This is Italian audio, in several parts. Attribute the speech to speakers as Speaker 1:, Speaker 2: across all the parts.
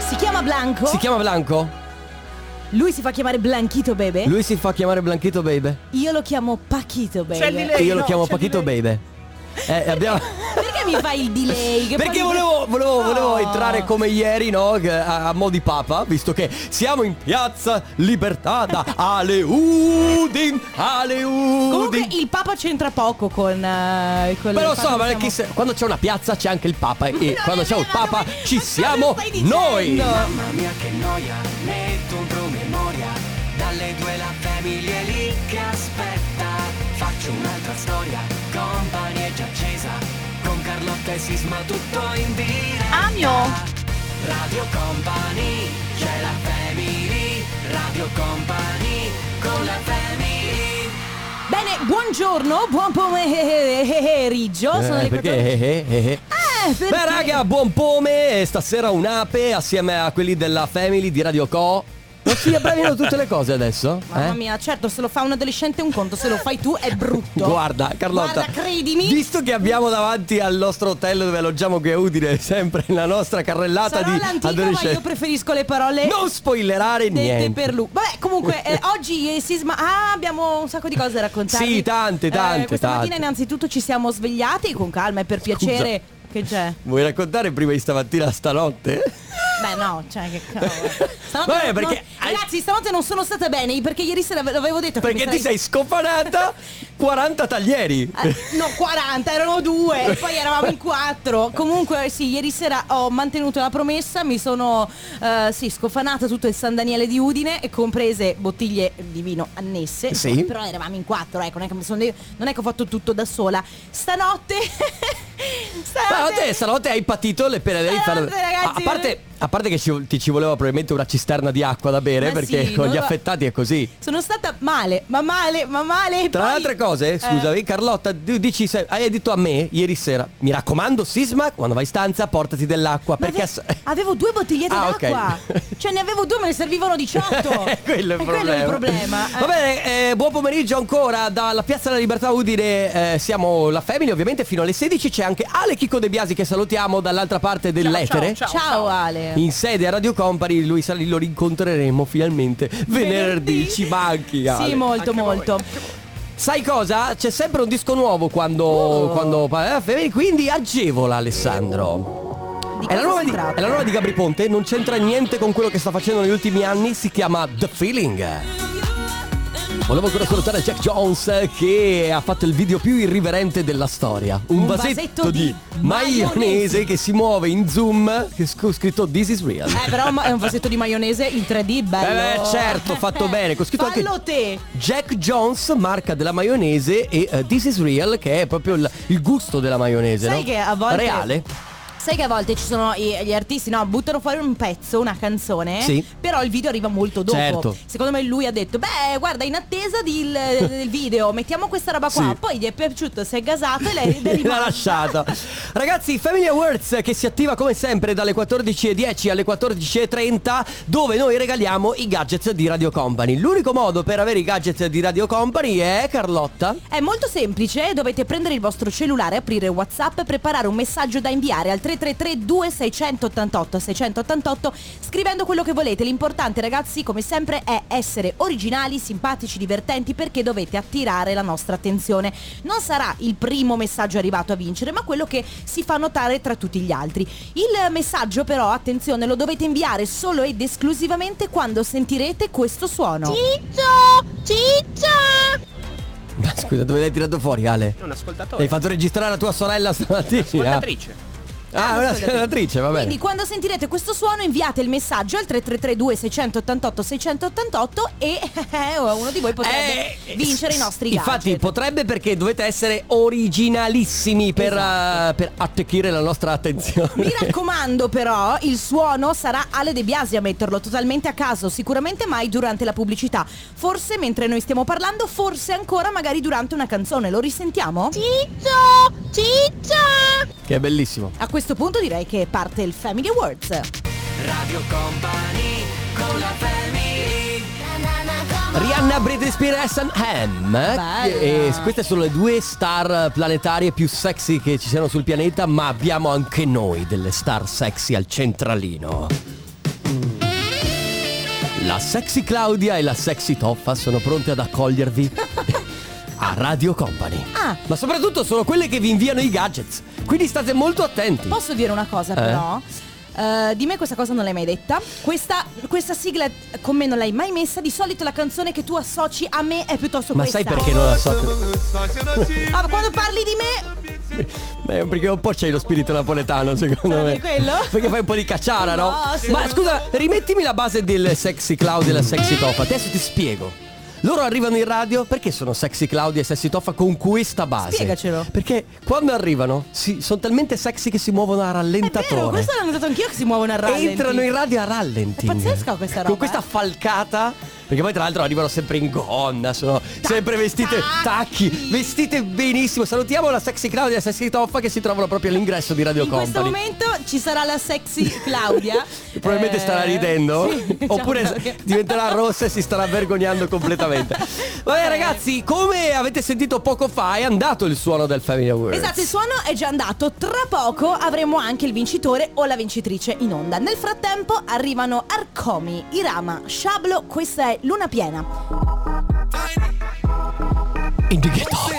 Speaker 1: Si chiama Blanco.
Speaker 2: Si chiama Blanco?
Speaker 1: Lui si fa chiamare Blanchito Bebe.
Speaker 2: Lui si fa chiamare Blanchito Baby.
Speaker 1: Io lo chiamo Pachito Bebe.
Speaker 3: C'è il delay.
Speaker 2: E io lo
Speaker 3: no,
Speaker 2: chiamo
Speaker 3: c'è
Speaker 1: cioè,
Speaker 2: Pachito
Speaker 3: delay.
Speaker 2: Baby. Eh, abbiamo...
Speaker 1: Perché mi fai il delay? Che
Speaker 2: Perché
Speaker 1: poi-
Speaker 2: volevo, volevo, volevo
Speaker 1: No.
Speaker 2: entrare come ieri, no? Che- A, a mo' di papa, visto che siamo in piazza Libertà da Aleudin, Aleudin.
Speaker 1: Comunque il Papa c'entra poco con. eh, con
Speaker 2: Però
Speaker 1: il fatto
Speaker 2: so, ma
Speaker 1: che
Speaker 2: chi
Speaker 1: siamo-
Speaker 2: se- quando c'è una piazza c'è anche il Papa e
Speaker 1: Non
Speaker 2: quando
Speaker 1: è
Speaker 2: c'è un
Speaker 1: vero,
Speaker 2: Papa
Speaker 1: ma come-
Speaker 2: ci
Speaker 1: ma cosa
Speaker 2: siamo
Speaker 1: stai dicendo?
Speaker 2: noi.
Speaker 4: Mamma mia che noia, metto un promemoria Dalle due la famiglia è lì che aspetta Faccio un'altra storia, compagnie è già accesa Con Carlotta e Sisma tutto in diretta
Speaker 3: Amio.
Speaker 4: Radio Company, c'è la family Radio Company, con la family
Speaker 1: Bene, buongiorno, buon pomeriggio. Sono
Speaker 2: Eh,
Speaker 1: le
Speaker 2: perché?
Speaker 1: 14.
Speaker 2: eh, eh, eh.
Speaker 1: Eh, perché?
Speaker 2: Beh raga, buon pome e stasera un'ape assieme a quelli della family di Radio Co. Non si abbreviano tutte le cose adesso?
Speaker 1: Mamma
Speaker 2: eh?
Speaker 1: mia, certo, se lo fa un adolescente è un conto, se lo fai tu è brutto.
Speaker 2: Guarda, Carlotta.
Speaker 1: Guarda, credimi.
Speaker 2: Visto che abbiamo davanti al nostro hotel dove alloggiamo qui a Udine sempre la nostra carrellata
Speaker 1: Sarò
Speaker 2: di
Speaker 1: l'antico, ma io
Speaker 2: adolescenti.
Speaker 1: preferisco le parole.
Speaker 2: Non spoilerare
Speaker 1: dette
Speaker 2: niente.
Speaker 1: per lui. Vabbè, comunque, eh, oggi eh, Sisma. Ah, abbiamo un sacco di cose da raccontare.
Speaker 2: Sì, tante, tante,
Speaker 1: questa mattina,
Speaker 2: tante.
Speaker 1: innanzitutto, ci siamo svegliati con calma e per piacere. Che c'è?
Speaker 2: Vuoi raccontare prima di stamattina a stanotte?
Speaker 1: Beh no, cioè che cavolo. Stanotte
Speaker 2: Vabbè,
Speaker 1: non-
Speaker 2: perché-
Speaker 1: non- Ragazzi, stanotte non sono stata bene perché ieri sera ve- l'avevo detto che
Speaker 2: Perché
Speaker 1: mi
Speaker 2: ti sei scofanata 40 taglieri.
Speaker 1: sarei- Eh, No, 40, erano due, e poi eravamo in quattro. Comunque sì, ieri sera ho mantenuto la promessa, mi sono eh, sì, scofanata tutto il San Daniele di Udine e comprese bottiglie di vino annesse.
Speaker 2: Sì.
Speaker 1: Però eravamo in quattro, ecco, non è che, mi sono- non è che ho fatto tutto da sola. Stanotte...
Speaker 2: Ma te stanotte hai patito le pene dell'inferno.
Speaker 1: Stanotte, ragazzi,
Speaker 2: A parte, a parte che ci, ti ci voleva probabilmente una cisterna di acqua da bere,
Speaker 1: Ma
Speaker 2: perché
Speaker 1: sì,
Speaker 2: con
Speaker 1: non
Speaker 2: gli
Speaker 1: lo-
Speaker 2: affettati è così.
Speaker 1: Sono stata male, ma male, ma male. e
Speaker 2: Tra
Speaker 1: poi-
Speaker 2: le altre cose,
Speaker 1: Eh,
Speaker 2: scusami, Carlotta, tu dici, se- hai detto a me ieri sera, mi raccomando, Sisma, quando vai in stanza portati dell'acqua,
Speaker 1: ma
Speaker 2: perché...
Speaker 1: ave-
Speaker 2: ass-
Speaker 1: avevo due bottigliette
Speaker 2: Ah, ok.
Speaker 1: d'acqua. Cioè ne avevo due, me ne servivano 18.
Speaker 2: quello è il
Speaker 1: E
Speaker 2: problema.
Speaker 1: quello il problema. eh.
Speaker 2: Va bene, eh, buon pomeriggio ancora dalla Piazza della Libertà Udine. eh, siamo la Family, ovviamente fino alle 16 c'è anche Ale Chico De Biasi che salutiamo dall'altra parte dell'etere.
Speaker 1: Eh, Ciao, Ale.
Speaker 2: In sede a Radio Company, lui sarà lì, lo rincontreremo finalmente venerdì. Ci manchi. Ale.
Speaker 1: Sì, molto,
Speaker 3: Anche voi,
Speaker 1: molto.
Speaker 3: anche voi.
Speaker 2: Sai cosa? C'è sempre un disco nuovo quando.
Speaker 1: Oh.
Speaker 2: quando eh, quindi agevola Alessandro.
Speaker 1: Di
Speaker 2: È la,
Speaker 1: cosa
Speaker 2: nuova
Speaker 1: si
Speaker 2: di,
Speaker 1: tratta?
Speaker 2: è la nuova di Gabri Ponte, non c'entra niente con quello che sta facendo negli ultimi anni, si chiama The Feeling. Volevo ancora salutare Jack Jones eh, che ha fatto il video più irriverente della storia. Un,
Speaker 1: Un
Speaker 2: vasetto,
Speaker 1: vasetto
Speaker 2: di
Speaker 1: di
Speaker 2: maionese,
Speaker 1: maionese
Speaker 2: che si muove in zoom, che sc- scritto This is real.
Speaker 1: Eh, però ma- è un vasetto di maionese in 3D,
Speaker 2: Eh,
Speaker 1: bello.
Speaker 2: beh, certo, fatto bene. Con scritto anche
Speaker 1: Fallo te.
Speaker 2: Jack Jones, marca della maionese, e eh, This is real, che è proprio il, il gusto della maionese.
Speaker 1: Sai
Speaker 2: no?
Speaker 1: che a volte-
Speaker 2: Reale.
Speaker 1: Sai che a volte ci sono i- gli artisti, no, buttano fuori un pezzo, una canzone,
Speaker 2: Sì.
Speaker 1: però il video arriva molto dopo.
Speaker 2: Certo.
Speaker 1: Secondo me lui ha detto, beh, guarda, in attesa di il- del video, mettiamo questa roba qua.
Speaker 2: Sì.
Speaker 1: Poi gli è piaciuto, si è gasato e lei è
Speaker 2: L'ha
Speaker 1: rimasta.
Speaker 2: lasciata Ragazzi Family Awards che si attiva come sempre dalle 14.10 alle 14.30 Dove noi regaliamo i gadget di Radio Company L'unico modo per avere i gadget di Radio Company è Carlotta
Speaker 1: È molto semplice, dovete prendere il vostro cellulare, aprire Whatsapp, preparare un messaggio da inviare al 333 2688 688 scrivendo quello che volete. L'importante ragazzi come sempre è essere originali, simpatici, divertenti perché dovete attirare la nostra attenzione. Non sarà il primo messaggio arrivato a vincere ma quello che si fa notare tra tutti gli altri. Il messaggio però, attenzione, lo dovete inviare solo ed esclusivamente quando sentirete questo suono.
Speaker 2: Ma scusa dove l'hai tirato fuori Ale?
Speaker 3: Un ascoltatore.
Speaker 2: Hai fatto registrare la tua sorella stamattina
Speaker 3: Ascoltatrice.
Speaker 2: Ah una
Speaker 1: Ascoltatrice.
Speaker 2: ascoltatrice va bene
Speaker 1: Quindi quando sentirete questo suono inviate il messaggio al 3332 688 688 e eh, oh, uno di voi potrebbe
Speaker 2: Eh,
Speaker 1: vincere i nostri gadget.
Speaker 2: Infatti potrebbe perché dovete essere originalissimi per, eh, per attecchire la nostra attenzione
Speaker 1: Esatto. mi raccomando però, il suono sarà Ale De Biasi a metterlo totalmente a caso, sicuramente mai durante la pubblicità. Forse mentre noi stiamo parlando, forse ancora magari durante una canzone. Lo risentiamo? Ciccio! Ciccio!
Speaker 2: Che è bellissimo
Speaker 1: A questo punto direi che parte il Family Awards.
Speaker 4: Radio Company, con la family
Speaker 2: Rihanna, Britney Spears e Sam Ham eh? E Queste sono le due star planetarie più sexy che ci siano sul pianeta Ma abbiamo anche noi delle star sexy al centralino La sexy Claudia e la sexy Toffa sono pronte ad accogliervi a Radio Company.
Speaker 1: Ah.
Speaker 2: Ma soprattutto sono quelle che vi inviano i gadgets. Quindi state molto attenti.
Speaker 1: Posso dire una cosa però? Eh, di me questa cosa non l'hai mai detta. Questa, questa sigla con me non l'hai mai messa. Di solito la canzone che tu associ a me è piuttosto
Speaker 2: Ma
Speaker 1: questa.
Speaker 2: sai perché non la so?
Speaker 1: Ah, ma quando parli di me,
Speaker 2: Beh, perché un po' c'hai lo spirito napoletano, secondo
Speaker 1: Sarà
Speaker 2: me.
Speaker 1: per quello?
Speaker 2: Perché fai un po' di cacciara, no?
Speaker 1: No, sì.
Speaker 2: Ma scusa, rimettimi la base del sexy Claudia e la sexy Toffa. Adesso ti spiego. Loro arrivano in radio perché sono sexy Claudia e sexy Toffa con questa base.
Speaker 1: Spiegacelo.
Speaker 2: Perché quando arrivano si- sono talmente sexy che si muovono a
Speaker 1: è vero,
Speaker 2: rallentatore.
Speaker 1: questo l'ho notato anch'io che si muovono a rallenti.
Speaker 2: Entrano in radio a rallenting.
Speaker 1: È pazzesca questa roba,
Speaker 2: Con questa
Speaker 1: eh.
Speaker 2: falcata. Perché poi tra l'altro arrivano sempre in gonna, sono sempre vestite
Speaker 1: tacchi.
Speaker 2: tacchi, vestite benissimo. Salutiamo la sexy Claudia e la sexy Toffa che si trovano proprio all'ingresso di Radio
Speaker 1: In questo
Speaker 2: Company.
Speaker 1: momento ci sarà la sexy Claudia.
Speaker 2: Probabilmente
Speaker 1: Eh,
Speaker 2: starà ridendo
Speaker 1: sì, diciamo ciao,
Speaker 2: oppure
Speaker 1: Claudia.
Speaker 2: diventerà rossa e si starà vergognando completamente.
Speaker 1: Eh.
Speaker 2: Vabbè ragazzi, come avete sentito poco fa è andato il suono del Family Awards.
Speaker 1: Esatto, il suono è già andato. Tra poco avremo anche il vincitore o la vincitrice in onda. Nel frattempo arrivano Arcomi, Irama, Shablo, questa è Luna Piena.
Speaker 2: Indicator.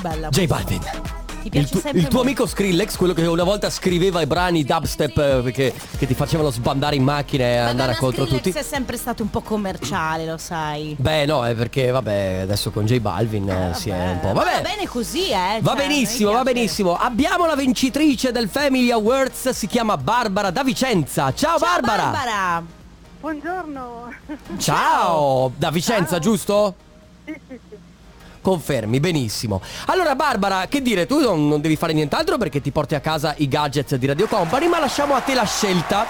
Speaker 1: Bella.
Speaker 2: J Balvin.
Speaker 1: Ti piace
Speaker 2: Cioè, Il, tu-
Speaker 1: sempre
Speaker 2: il tuo
Speaker 1: molto.
Speaker 2: amico Skrillex, quello che una volta scriveva i brani dubstep eh, che, che ti facevano sbandare in macchina e
Speaker 1: Ma
Speaker 2: andare
Speaker 1: guarda,
Speaker 2: contro
Speaker 1: Skrillex
Speaker 2: tutti.
Speaker 1: è sempre stato un po' commerciale, lo sai.
Speaker 2: Beh, no, è perché, vabbè, adesso con J Balvin eh, si è un po'.
Speaker 1: Ma
Speaker 2: Vabbè.
Speaker 1: Ah, Va bene così, eh.
Speaker 2: Va
Speaker 1: cioè,
Speaker 2: benissimo,
Speaker 1: mi
Speaker 2: va
Speaker 1: piace.
Speaker 2: benissimo. Abbiamo la vincitrice del Family Awards, si chiama Barbara da Vicenza.
Speaker 1: Ciao
Speaker 2: Ciao, Barbara.
Speaker 1: Barbara.
Speaker 3: Buongiorno.
Speaker 2: Ciao, da Vicenza, giusto?
Speaker 3: Sì, sì, sì.
Speaker 2: Confermi, benissimo. Allora Barbara, che dire, tu non, non devi fare nient'altro perché ti porti a casa i gadget di Radio Company, ma lasciamo a te la scelta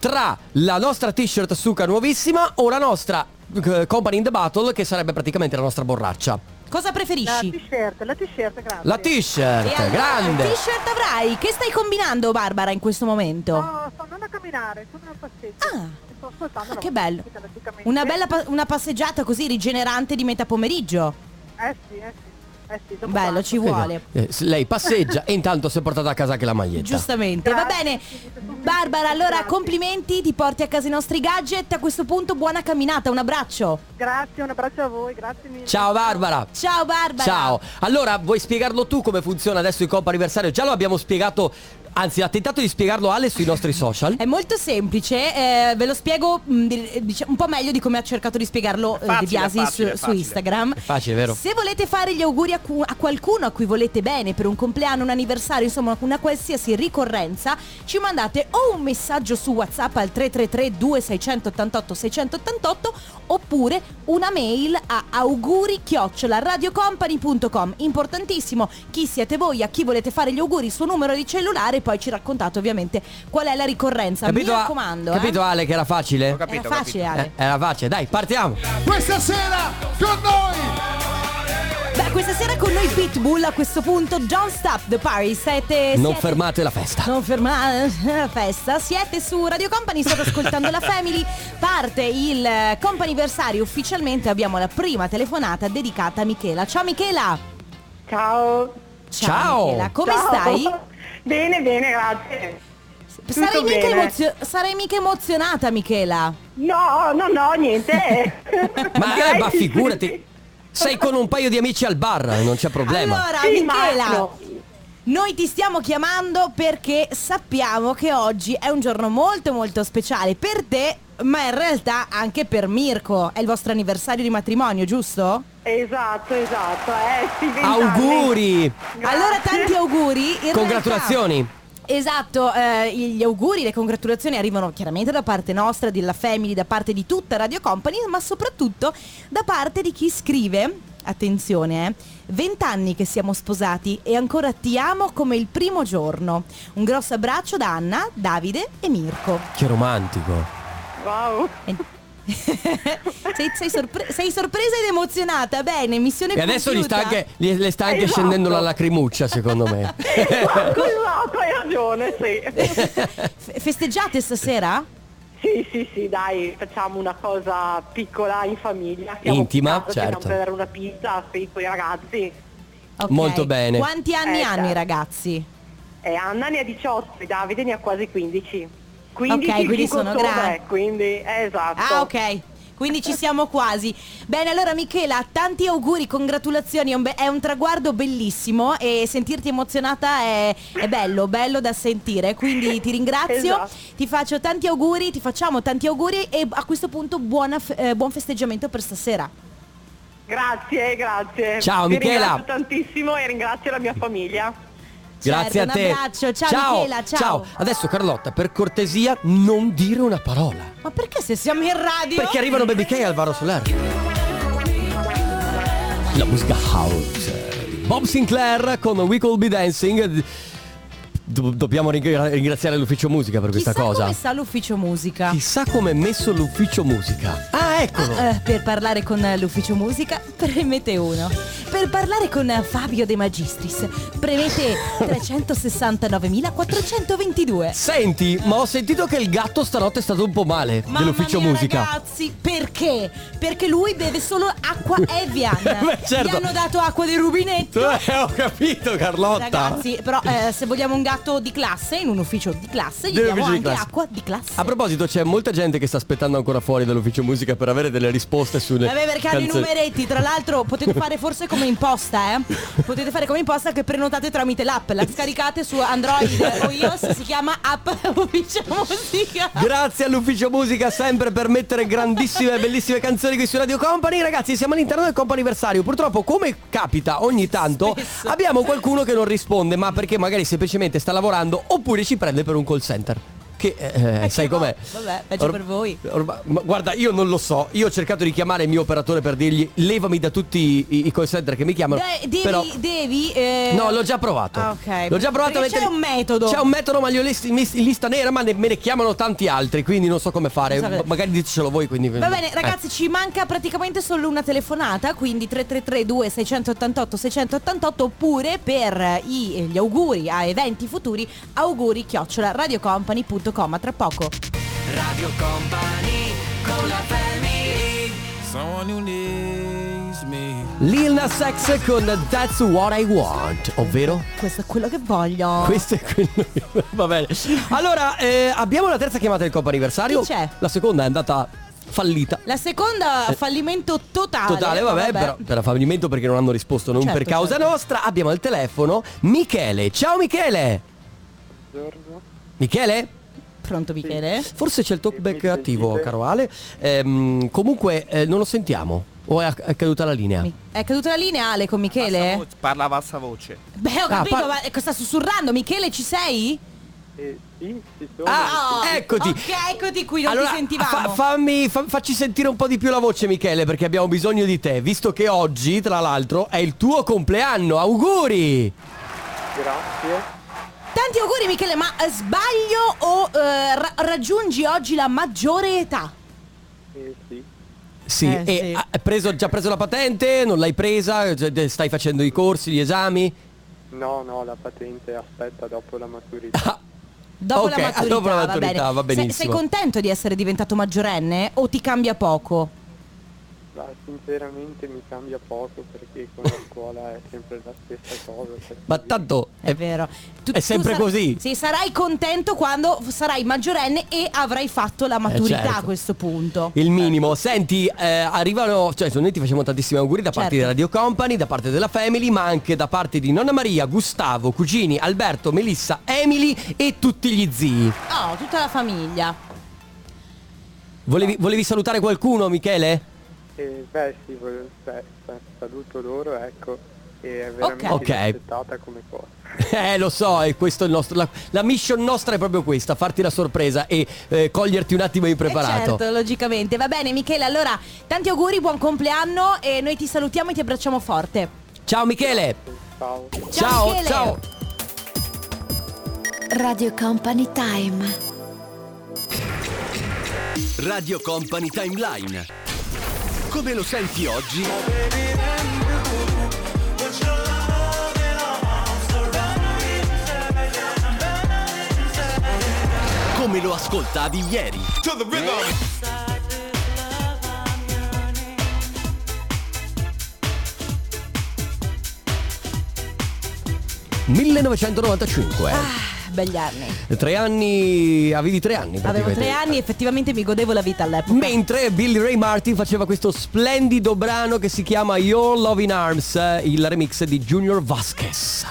Speaker 2: tra la nostra t-shirt Suka nuovissima o la nostra eh, Company in the Battle che sarebbe praticamente la nostra borraccia.
Speaker 1: Cosa
Speaker 3: La
Speaker 1: preferisci?
Speaker 3: t-shirt, la t-shirt, grazie.
Speaker 2: La
Speaker 1: E
Speaker 2: t-shirt,
Speaker 1: allora,
Speaker 2: grande.
Speaker 1: che T-shirt avrai? Che stai combinando Barbara in questo momento?
Speaker 3: No, sto andando a camminare, sono nel passeggio.
Speaker 1: Ah.
Speaker 3: E sto ascoltando
Speaker 1: Ah,
Speaker 3: la
Speaker 1: che bello.
Speaker 3: musica, logicamente.
Speaker 1: Una bella pa- una passeggiata così rigenerante di metà pomeriggio.
Speaker 3: Eh sì, eh sì. Eh sì dopo
Speaker 1: Bello,
Speaker 3: quanto.
Speaker 1: ci vuole.
Speaker 2: Eh, s- lei passeggia e intanto si è portata a casa anche la maglietta.
Speaker 1: Giustamente, va
Speaker 3: Grazie,
Speaker 1: bene.
Speaker 3: sì, sì, sì.
Speaker 1: Barbara, allora
Speaker 3: Grazie.
Speaker 1: complimenti, ti porti a casa i nostri gadget. A questo punto buona camminata, un abbraccio.
Speaker 3: Grazie, un abbraccio a voi, grazie mille.
Speaker 2: Ciao Barbara.
Speaker 1: Ciao Barbara.
Speaker 2: Ciao. Allora, vuoi spiegarlo tu come funziona adesso il compo anniversario? Già lo abbiamo spiegato, anzi, ha tentato di spiegarlo Ale sui nostri social.
Speaker 1: È molto semplice, eh, ve lo spiego mh, di- eh, dice- un po' meglio di come ha cercato di spiegarlo eh, De
Speaker 5: Facile,
Speaker 1: Biasi
Speaker 5: facile,
Speaker 1: su, su
Speaker 5: facile.
Speaker 1: Instagram.
Speaker 2: È facile, vero?
Speaker 1: Se volete fare gli auguri a, cu- a qualcuno a cui volete bene per un compleanno, un anniversario, insomma una qualsiasi ricorrenza, ci mandate o un messaggio su WhatsApp al 333 2688 688 oppure una mail a auguri@radiocompany.com. Importantissimo, chi siete voi, a chi volete fare gli auguri, il suo numero di cellulare e poi ci raccontate ovviamente qual è la ricorrenza. Mi
Speaker 2: A-
Speaker 1: raccomando, eh.
Speaker 2: capito Ale che era facile?
Speaker 5: Ho capito,
Speaker 1: Era
Speaker 5: ho
Speaker 1: facile,
Speaker 5: capito.
Speaker 1: Ale.
Speaker 2: Eh, era facile, dai, partiamo.
Speaker 6: Questa sera con noi
Speaker 1: Beh, questa sera con noi Pitbull a questo punto Don't Stop the Party siete,
Speaker 2: Non
Speaker 1: siete-
Speaker 2: fermate la festa.
Speaker 1: non fermate la eh, festa, siete su Radio Company, state ascoltando la Family, parte il eh, companiversario ufficialmente, abbiamo la prima telefonata dedicata a Michela. Ciao Michela!
Speaker 3: Ciao.
Speaker 2: Ciao.
Speaker 1: Michela, come
Speaker 3: Ciao.
Speaker 1: stai?
Speaker 3: Bene, bene, grazie.
Speaker 1: Sarei
Speaker 3: Tutto
Speaker 1: mica,
Speaker 3: bene.
Speaker 1: emozio- sarei mica emozionata Michela.
Speaker 3: No, no, no, niente.
Speaker 2: Ma, eh,
Speaker 3: Dai,
Speaker 2: ma
Speaker 3: sì, sì,
Speaker 2: figurati,
Speaker 3: sì.
Speaker 2: sei con un paio di amici al bar, non c'è problema.
Speaker 1: Allora
Speaker 3: Sì, ma
Speaker 1: Michela,
Speaker 3: no.
Speaker 1: Noi ti stiamo chiamando perché sappiamo che oggi è un giorno molto molto speciale per te, ma in realtà anche per Mirko. È il vostro anniversario di matrimonio, giusto?
Speaker 3: Esatto, esatto, eh, sì, vent'anni.
Speaker 2: Auguri,
Speaker 3: Grazie.
Speaker 1: Allora tanti auguri. In
Speaker 2: congratulazioni.
Speaker 1: realtà- Esatto, eh, gli auguri, le congratulazioni arrivano chiaramente da parte nostra, della Family, da parte di tutta Radio Company, ma soprattutto da parte di chi scrive, attenzione, eh, 20 anni che siamo sposati e ancora ti amo come il primo giorno. Un grosso abbraccio da Anna, Davide e Mirko.
Speaker 2: Che romantico.
Speaker 3: Wow.
Speaker 1: E- sei, sei sorpre- sei sorpresa ed emozionata, bene, missione
Speaker 2: E adesso gli sta
Speaker 1: compiuta.
Speaker 2: anche, gli- le sta anche
Speaker 3: Esatto.
Speaker 2: scendendo la lacrimuccia, secondo me.
Speaker 3: Esatto, esatto, hai ragione, sì.
Speaker 1: F- festeggiate stasera?
Speaker 3: Sì, sì, sì, dai, facciamo una cosa piccola in famiglia. Siamo
Speaker 2: Intima,
Speaker 3: in casa, ci andiamo
Speaker 2: certo.
Speaker 3: a prendere una pizza, sì, con i ragazzi.
Speaker 1: Ok.
Speaker 2: Molto bene.
Speaker 1: Quanti anni
Speaker 3: Eh,
Speaker 1: hanno
Speaker 3: già.
Speaker 1: i ragazzi?
Speaker 3: Eh, Anna ne ha 18, Davide ne ha quasi 15. 15,
Speaker 1: Ok, quindi
Speaker 3: 5
Speaker 1: sono
Speaker 3: ottobre,
Speaker 1: grandi.
Speaker 3: quindi eh, esatto.
Speaker 1: Ah ok, quindi ci siamo quasi. Bene, allora Michela, tanti auguri, congratulazioni, è un, be- è un traguardo bellissimo e sentirti emozionata è, è bello, bello da sentire, quindi ti ringrazio,
Speaker 3: Esatto.
Speaker 1: ti faccio tanti auguri, ti facciamo tanti auguri e a questo punto buona f- eh, buon festeggiamento per stasera.
Speaker 3: Grazie, grazie.
Speaker 2: Ciao,
Speaker 3: Vi
Speaker 2: Michela.
Speaker 3: ringrazio tantissimo e ringrazio la mia famiglia.
Speaker 2: Grazie
Speaker 1: Certo,
Speaker 2: a te.
Speaker 1: un abbraccio. Ciao, Michela, ciao.
Speaker 2: Adesso Carlotta, per cortesia, non dire una parola.
Speaker 1: Ma perché se siamo in radio?
Speaker 2: Perché arrivano Baby K e Alvaro Solari. La musica house. eh, di Bob Sinclair con We Could Be Dancing. Do- dobbiamo ringra- ringraziare l'ufficio musica per questa
Speaker 1: Chissà
Speaker 2: cosa.
Speaker 1: come sta l'ufficio musica.
Speaker 2: Chissà come è messo l'ufficio musica. Ah, eccolo.
Speaker 1: Eh, per parlare con l'ufficio musica premete 1. Per parlare con Fabio De Magistris premete 369.422.
Speaker 2: Senti, ma ho sentito che il gatto stanotte è stato un po' male
Speaker 1: Mamma
Speaker 2: dell'ufficio
Speaker 1: mia,
Speaker 2: musica.
Speaker 1: Ragazzi, perché? Perché lui beve solo acqua Evian.
Speaker 2: Beh, certo.
Speaker 1: Gli hanno dato acqua del rubinetto.
Speaker 2: Eh, ho capito Carlotta.
Speaker 1: Ragazzi, però eh, se vogliamo un gatto di classe, in un ufficio di classe, gli
Speaker 2: Deve
Speaker 1: diamo
Speaker 2: ufficio
Speaker 1: anche
Speaker 2: di classe.
Speaker 1: acqua di classe.
Speaker 2: A proposito, c'è molta gente che sta aspettando ancora fuori dall'ufficio musica per avere delle risposte sulle
Speaker 1: Vabbè perché hanno i
Speaker 2: canzoni.
Speaker 1: numeretti, tra l'altro potete fare forse come imposta, eh? Potete fare come imposta che prenotate tramite l'app, la scaricate su Android o iOS, si chiama app ufficio musica.
Speaker 2: Grazie all'ufficio musica sempre per mettere grandissime e bellissime canzoni qui su Radio Company. Ragazzi, siamo all'interno del comp'anniversario. Purtroppo, come capita ogni tanto,
Speaker 1: Spesso.
Speaker 2: abbiamo qualcuno che non risponde, ma perché magari semplicemente sta lavorando oppure ci prende per un call center. Che eh, sai
Speaker 1: va-
Speaker 2: com'è?
Speaker 1: vabbè, peggio per voi.
Speaker 2: orma- ma guarda, io non lo so. Io ho cercato di chiamare il mio operatore per dirgli levami da tutti i, i call center che mi chiamano.
Speaker 1: Dai, devi,
Speaker 2: però
Speaker 1: devi... eh,
Speaker 2: No, l'ho già provato.
Speaker 1: Ah, ok.
Speaker 2: L'ho già provato
Speaker 1: Perché
Speaker 2: a
Speaker 1: c'è
Speaker 2: mettere-
Speaker 1: un metodo.
Speaker 2: C'è un metodo, ma li ho listi- messi in lista nera, ma ne- me ne chiamano tanti altri, quindi non so come fare.
Speaker 1: Non sapete.
Speaker 2: Ma- Magari ditecelo voi, quindi.
Speaker 1: Va bene ragazzi ci manca praticamente solo una telefonata quindi 333 2688 688 oppure per i- gli auguri a eventi futuri auguri chiocciola radiocompany.com a tra poco
Speaker 4: Radio Company con la family
Speaker 5: Someone who needs me.
Speaker 2: Eh. Lil Nas X con That's What I Want, ovvero
Speaker 1: Questo è quello che voglio.
Speaker 2: questo è quello. che- Va bene. Allora, eh, abbiamo la terza chiamata del Coppa Anniversario.
Speaker 1: Chi c'è?
Speaker 2: La seconda è andata fallita.
Speaker 1: La seconda fallimento totale.
Speaker 2: Eh, Totale, vabbè, però per fallimento perché non hanno risposto, non
Speaker 1: Ah, Certo,
Speaker 2: per causa
Speaker 1: certo.
Speaker 2: nostra. Abbiamo al telefono Michele. Ciao Michele! Michele?
Speaker 1: Pronto Michele?
Speaker 2: Eh? Forse c'è il talkback
Speaker 7: mi sentite?
Speaker 2: attivo, caro Ale. Ehm, comunque eh, non lo sentiamo. O è, è caduta la linea?
Speaker 1: Mi- È caduta la linea Ale con
Speaker 5: Bassa
Speaker 1: Michele?
Speaker 5: voce- Parla a bassa voce.
Speaker 1: Beh, ho capito,
Speaker 2: Ah, par-
Speaker 1: ma ecco, sta sussurrando. Michele, ci sei?
Speaker 7: Eh, sì, ci sono.
Speaker 2: Ah,
Speaker 1: Oh,
Speaker 2: eccoti.
Speaker 1: Ok, eccoti qui, non
Speaker 2: allora,
Speaker 1: ti sentivamo.
Speaker 2: fa- fammi, fa- facci sentire un po' di più la voce Michele perché abbiamo bisogno di te, visto che oggi, tra l'altro, è il tuo compleanno. Auguri!
Speaker 7: Grazie.
Speaker 1: Tanti auguri Michele, ma eh, sbaglio o eh, ra- raggiungi oggi la maggiore età?
Speaker 7: Eh, sì.
Speaker 2: Sì,
Speaker 1: Eh,
Speaker 2: e
Speaker 1: sì.
Speaker 2: ha- hai preso, già preso la patente? Non l'hai presa? Cioè, Stai facendo i corsi, gli esami?
Speaker 7: No, no, la patente aspetta dopo la maturità.
Speaker 1: Dopo
Speaker 2: Ok,
Speaker 1: la maturità,
Speaker 2: dopo la maturità, va
Speaker 1: bene. Se- sei
Speaker 2: benissimo.
Speaker 1: contento di essere diventato maggiorenne o ti cambia poco?
Speaker 7: Ma sinceramente mi cambia poco perché con la scuola è sempre la stessa cosa. cioè, per
Speaker 2: Ma
Speaker 7: cui-
Speaker 2: tanto
Speaker 1: È, vero. Tu-
Speaker 2: è sempre
Speaker 1: tu
Speaker 2: così.
Speaker 1: Sì, sarai contento quando f- sarai maggiorenne e avrai fatto la maturità
Speaker 2: certo.
Speaker 1: a questo punto.
Speaker 2: Il minimo, senti, eh, arrivano, cioè noi ti facciamo tantissimi auguri da parte
Speaker 1: Certo.
Speaker 2: di Radio Company, da parte della Family, ma anche da parte di Nonna Maria, Gustavo, Cugini, Alberto, Melissa, Emily e tutti gli zii.
Speaker 1: Oh, tutta la famiglia.
Speaker 2: Volevi, volevi salutare qualcuno, Michele?
Speaker 7: Eh, beh, sì, volevo- beh, beh, saluto loro, ecco. E è veramente
Speaker 2: Ok.
Speaker 7: rispettata come cosa.
Speaker 2: Eh, lo so, è questo il nostro. La, la mission nostra è proprio questa, farti la sorpresa e eh, coglierti un attimo
Speaker 1: Eh
Speaker 2: impreparato.
Speaker 1: certo, logicamente. Va bene Michele, allora tanti auguri, buon compleanno e noi ti salutiamo e ti abbracciamo forte.
Speaker 2: Ciao Michele!
Speaker 7: Ciao.
Speaker 1: Ciao,
Speaker 2: ciao!
Speaker 1: Michele.
Speaker 2: ciao.
Speaker 8: Radio Company Time.
Speaker 9: Radio Company Timeline. Come lo senti oggi? Come lo ascoltavi ieri?
Speaker 2: ciao. 1995.
Speaker 1: Begli anni.
Speaker 2: Tre anni, avevi tre anni
Speaker 1: Ah. Avevo tre
Speaker 2: praticamente.
Speaker 1: anni e effettivamente mi godevo la vita all'epoca.
Speaker 2: Mentre Billy Ray Martin faceva questo splendido brano che si chiama Your Love in Arms, eh, il remix di Junior Vasquez.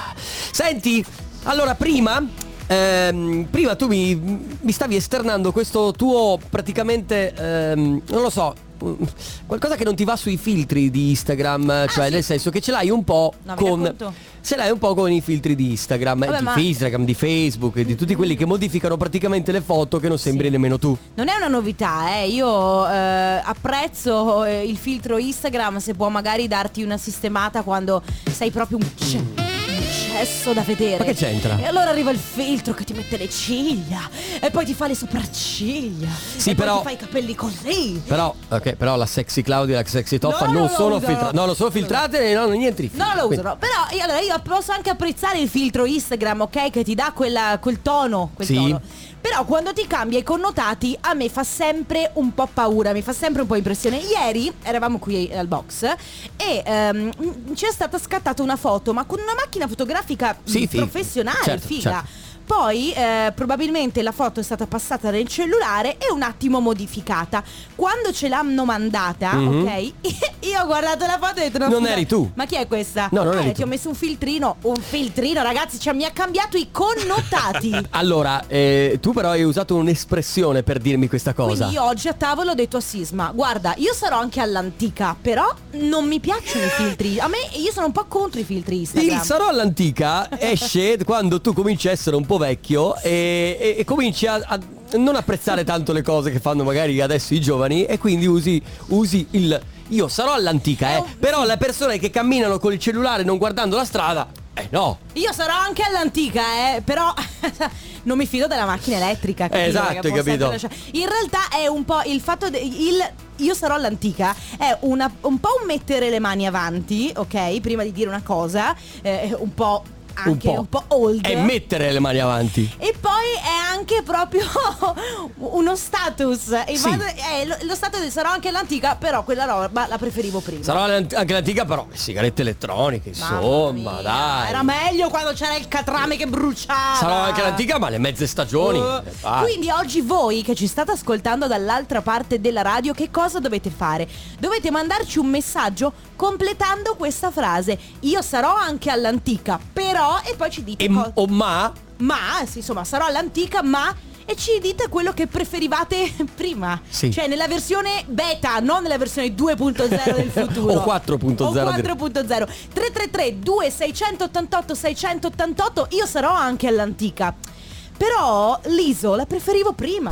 Speaker 2: Senti, allora prima, ehm, prima tu mi, mi stavi esternando questo tuo praticamente, ehm, non lo so, mm, qualcosa che non ti va sui filtri di Instagram, cioè nel senso che ce l'hai un po'
Speaker 1: Ah, No, mi
Speaker 2: con...
Speaker 1: racconto.
Speaker 2: Ce l'hai un po' con i filtri di Instagram, eh,
Speaker 1: Vabbè,
Speaker 2: di
Speaker 1: ma-
Speaker 2: Instagram, di Facebook, e di tutti quelli che modificano praticamente le foto che non sembri nemmeno tu.
Speaker 1: Non è una novità, eh. io eh, apprezzo eh, il filtro Instagram se può magari darti una sistemata quando sei proprio un ce- un cesso da vedere.
Speaker 2: Ma che c'entra?
Speaker 1: E allora arriva il filtro che ti mette le ciglia e poi ti fa le sopracciglia.
Speaker 2: Sì,
Speaker 1: e
Speaker 2: però-
Speaker 1: poi ti fa i capelli così.
Speaker 2: Però, ok, però la sexy Claudia e la sexy Toffa
Speaker 1: No,
Speaker 2: non,
Speaker 1: non la
Speaker 2: sono
Speaker 1: uso.
Speaker 2: filtrate. No, non sono filtrate e non hanno niente di
Speaker 1: No, non lo
Speaker 2: Quindi-
Speaker 1: usano. Però io, allora, io posso anche apprezzare il filtro Instagram, ok? Che ti dà quella- quel tono. Quel
Speaker 2: Sì.
Speaker 1: tono. Però quando ti cambia i connotati a me fa sempre un po' paura, mi fa sempre un po' impressione. Ieri eravamo qui eh, al box e ehm, m- ci è stata scattata una foto, ma con una macchina fotografica m,
Speaker 2: Sì, fi-
Speaker 1: professionale,
Speaker 2: certo,
Speaker 1: figa.
Speaker 2: certo.
Speaker 1: Poi eh, probabilmente la foto è stata passata nel cellulare e un attimo modificata. Quando ce l'hanno mandata,
Speaker 2: Mhm.
Speaker 1: ok, io ho guardato la foto e ho detto... "No,
Speaker 2: Non
Speaker 1: scusa,
Speaker 2: eri tu."
Speaker 1: Ma chi è questa?
Speaker 2: No, non
Speaker 1: Eh,
Speaker 2: eri
Speaker 1: ti
Speaker 2: tu.
Speaker 1: ho messo un filtrino, un filtrino, ragazzi, cioè, mi ha cambiato i connotati.
Speaker 2: Allora, eh, tu però hai usato un'espressione per dirmi questa cosa.
Speaker 1: Quindi io oggi a tavola ho detto a Sisma, guarda, io sarò anche all'antica, però non mi piacciono i filtri. A me io sono un po' contro i filtri Instagram.
Speaker 2: Il sarò all'antica esce quando tu cominci a essere un po' vecchio e, e- e cominci a, a non apprezzare tanto le cose che fanno magari adesso i giovani e quindi usi, usi il io sarò all'antica, eh. Però le persone che camminano col cellulare non guardando la strada, eh no.
Speaker 1: Io sarò anche all'antica, eh, però non mi fido della macchina elettrica. Capito?
Speaker 2: Esatto,
Speaker 1: Che
Speaker 2: hai
Speaker 1: possa
Speaker 2: capito.
Speaker 1: anche lasciare- In realtà è un po' il fatto de- il io sarò all'antica è una- un po' un mettere le mani avanti, ok? Prima di dire una cosa, eh, un po' anche un po', old.
Speaker 2: E mettere le mani avanti.
Speaker 1: E poi è anche proprio uno status. Il
Speaker 2: Sì.
Speaker 1: fatto- eh, lo, lo status di sarò anche all'antica, però quella roba la preferivo prima.
Speaker 2: Sarò l'ant- anche l'antica però le sigarette elettroniche,
Speaker 1: Mamma
Speaker 2: insomma,
Speaker 1: mia,
Speaker 2: dai.
Speaker 1: Era meglio quando c'era il catrame che bruciava.
Speaker 2: Sarò anche l'antica ma le mezze stagioni.
Speaker 1: Uh,
Speaker 2: Eh, vai.
Speaker 1: Quindi oggi voi che ci state ascoltando dall'altra parte della radio, che cosa dovete fare? Dovete mandarci un messaggio completando questa frase. Io sarò anche all'antica, però e poi ci dite
Speaker 2: E
Speaker 1: cosa.
Speaker 2: m- o ma
Speaker 1: Ma, sì, insomma, sarò all'antica, ma e ci dite quello che preferivate prima.
Speaker 2: Sì.
Speaker 1: Cioè nella versione beta, non nella versione 2.0 del futuro.
Speaker 2: O 4.0
Speaker 1: O
Speaker 2: del-
Speaker 1: 4.0. 333 2688 688 io sarò anche all'antica. Però l'ISO la preferivo prima.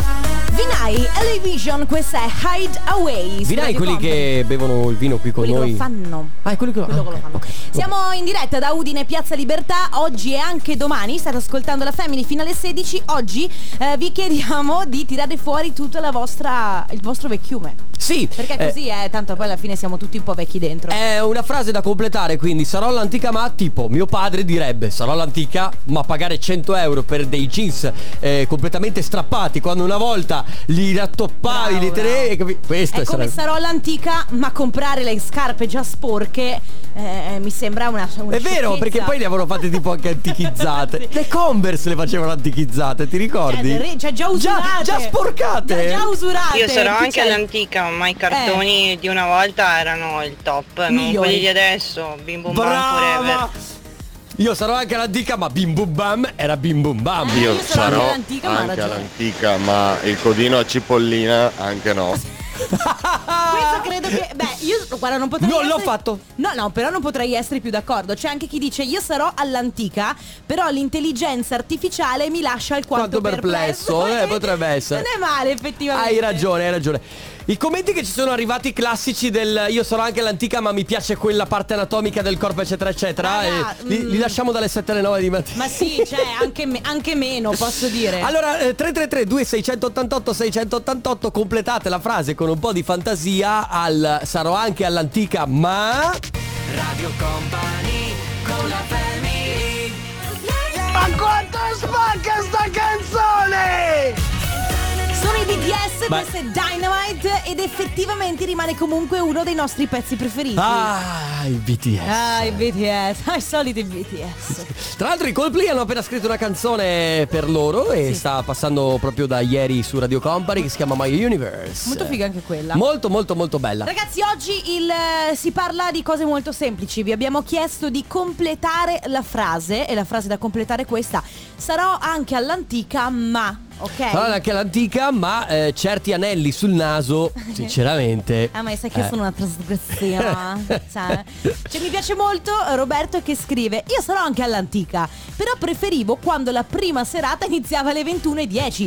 Speaker 1: Vinai, LA Vision, questa è Hide Away. su
Speaker 2: Vinai
Speaker 1: Radio
Speaker 2: quelli
Speaker 1: Company.
Speaker 2: che bevono il vino qui con
Speaker 1: Quelli che
Speaker 2: noi.
Speaker 1: lo fanno.
Speaker 2: Ah, è quelli che lo,
Speaker 1: Quello che lo
Speaker 2: ok,
Speaker 1: fanno.
Speaker 2: ok.
Speaker 1: Siamo in diretta da Udine Piazza Libertà oggi e anche domani. State ascoltando la Family fino alle 16. Oggi eh, vi chiediamo di tirare fuori tutta la vostra il vostro vecchiume.
Speaker 2: Sì.
Speaker 1: Perché
Speaker 2: eh,
Speaker 1: così eh, tanto poi alla fine siamo tutti un po' vecchi dentro.
Speaker 2: È una frase da completare, quindi sarò l'antica ma tipo mio padre direbbe sarò l'antica ma pagare 100 euro per dei jeans eh, completamente strappati quando una volta li rattoppavi,
Speaker 1: Bravo,
Speaker 2: li tenevi,
Speaker 1: bravo.
Speaker 2: capi- questo
Speaker 1: È come
Speaker 2: sarebbe-
Speaker 1: sarò all'antica, ma comprare le scarpe già sporche eh, mi sembra una, una
Speaker 2: È vero,
Speaker 1: sciocchezza. Eh,
Speaker 2: perché poi le avevano fatte tipo anche antichizzate. Le Converse le facevano antichizzate, ti ricordi?
Speaker 1: Cioè, re- cioè, già usurate.
Speaker 2: Già, sporcate.
Speaker 1: Già, già usurate.
Speaker 10: Io sarò
Speaker 1: Chi
Speaker 10: anche
Speaker 1: Ah, c'è? Eh.
Speaker 10: all'antica, ma i cartoni di una volta erano il top, non
Speaker 1: Migliori.
Speaker 10: quelli di adesso, bim bum bam forever.
Speaker 2: Brava! Io sarò anche l'antica, ma bim bum bam era bim bum bam.
Speaker 1: Io sarò sarò all'antica, ma ha anche ragione.
Speaker 6: all'antica, ma il codino a cipollina anche no.
Speaker 1: Questo credo che. Beh, io guarda, non potrei.
Speaker 2: Non l'ho
Speaker 1: essere-
Speaker 2: fatto.
Speaker 1: No, no, però non potrei essere più d'accordo. C'è anche chi dice io sarò all'antica, però l'intelligenza artificiale mi lascia alquanto
Speaker 2: Quanto perplesso, eh, potrebbe essere.
Speaker 1: Non è male, effettivamente.
Speaker 2: Hai ragione, hai ragione. I commenti che ci sono arrivati classici del io sarò anche l'antica ma mi piace quella parte anatomica del corpo eccetera eccetera
Speaker 1: Raga,
Speaker 2: e li,
Speaker 1: mm.
Speaker 2: li lasciamo dalle 7 alle 9 di mattina.
Speaker 1: Ma sì, cioè, anche, me- anche meno, posso dire.
Speaker 2: Allora, eh, 333 2688 688 completate la frase con un po' di fantasia al sarò anche all'antica, ma
Speaker 4: Radio Company con la family
Speaker 1: Sono i Big Yes,
Speaker 2: Vai.
Speaker 1: questo è Dynamite ed effettivamente rimane comunque uno dei nostri pezzi preferiti.
Speaker 2: Ah, i BTS.
Speaker 1: Ah, i BTS, ah, i soliti BTS.
Speaker 2: Tra l'altro i Coldplay hanno appena scritto una canzone per loro e sta passando proprio da ieri su Radio Company che si chiama My Universe.
Speaker 1: Molto figa anche quella.
Speaker 2: Molto molto molto bella.
Speaker 1: Ragazzi, oggi il, eh, si parla di cose molto semplici. Vi abbiamo chiesto di completare la frase e la frase da completare è questa. Sarò anche all'antica, ma, ok?
Speaker 2: Parola anche l'antica, ma eh, certi anelli sul naso, sinceramente.
Speaker 1: Ah, ma sai che io
Speaker 2: eh.
Speaker 1: sono una trasgressiva. cioè, cioè, mi piace molto Roberto che scrive: Io sarò anche all'antica. Però preferivo quando la prima serata iniziava alle 21.10.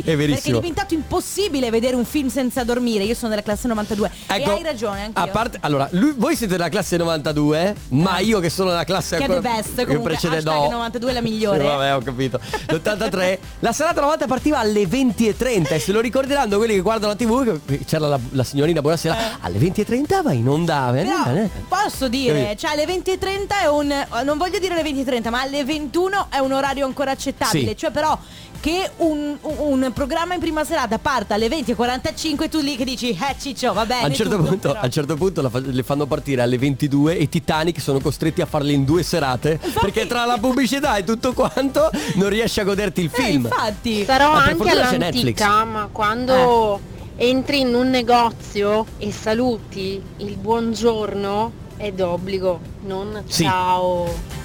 Speaker 2: È verissimo.
Speaker 1: Perché è diventato impossibile vedere un film senza dormire. Io sono della classe 92.
Speaker 2: Ecco,
Speaker 1: e hai ragione, anche
Speaker 2: A parte, allora, lui- voi siete della classe 92, ma io che sono della classe
Speaker 1: Eh. Che è
Speaker 2: ancora-
Speaker 1: the best, comunque,
Speaker 2: precede-
Speaker 1: hashtag 92 è la migliore. eh.
Speaker 2: Sì, vabbè, ho capito. L'83, la serata 90 partiva alle 20.30 e se lo ricorderanno quelli che guardano la TV che c'era la, la signorina buonasera alle 20.30 va in onda. eh,
Speaker 1: Eh. Però
Speaker 2: eh.
Speaker 1: posso dire,
Speaker 2: Capito?
Speaker 1: cioè alle 20.30 è un, non voglio dire alle 20.30, ma alle 21 è un orario ancora accettabile.
Speaker 2: Sì.
Speaker 1: Cioè però che un, un programma in prima serata parta alle 20.45 tu lì che dici, eh ciccio, va bene.
Speaker 2: A un certo
Speaker 1: tutto,
Speaker 2: punto,
Speaker 1: però".
Speaker 2: a un certo punto la fa- le fanno partire alle 22 e i Titanic sono costretti a farle in due serate perché tra la pubblicità e tutto quanto non riesci a goderti il
Speaker 1: Eh,
Speaker 2: film.
Speaker 1: infatti.
Speaker 11: Sarò
Speaker 2: Ma per
Speaker 11: anche
Speaker 2: fortuna c'è Netflix.
Speaker 11: all'antica, ma quando
Speaker 3: Eh.
Speaker 11: entri in un negozio e saluti il buongiorno è d'obbligo, non
Speaker 2: Sì.
Speaker 11: ciao.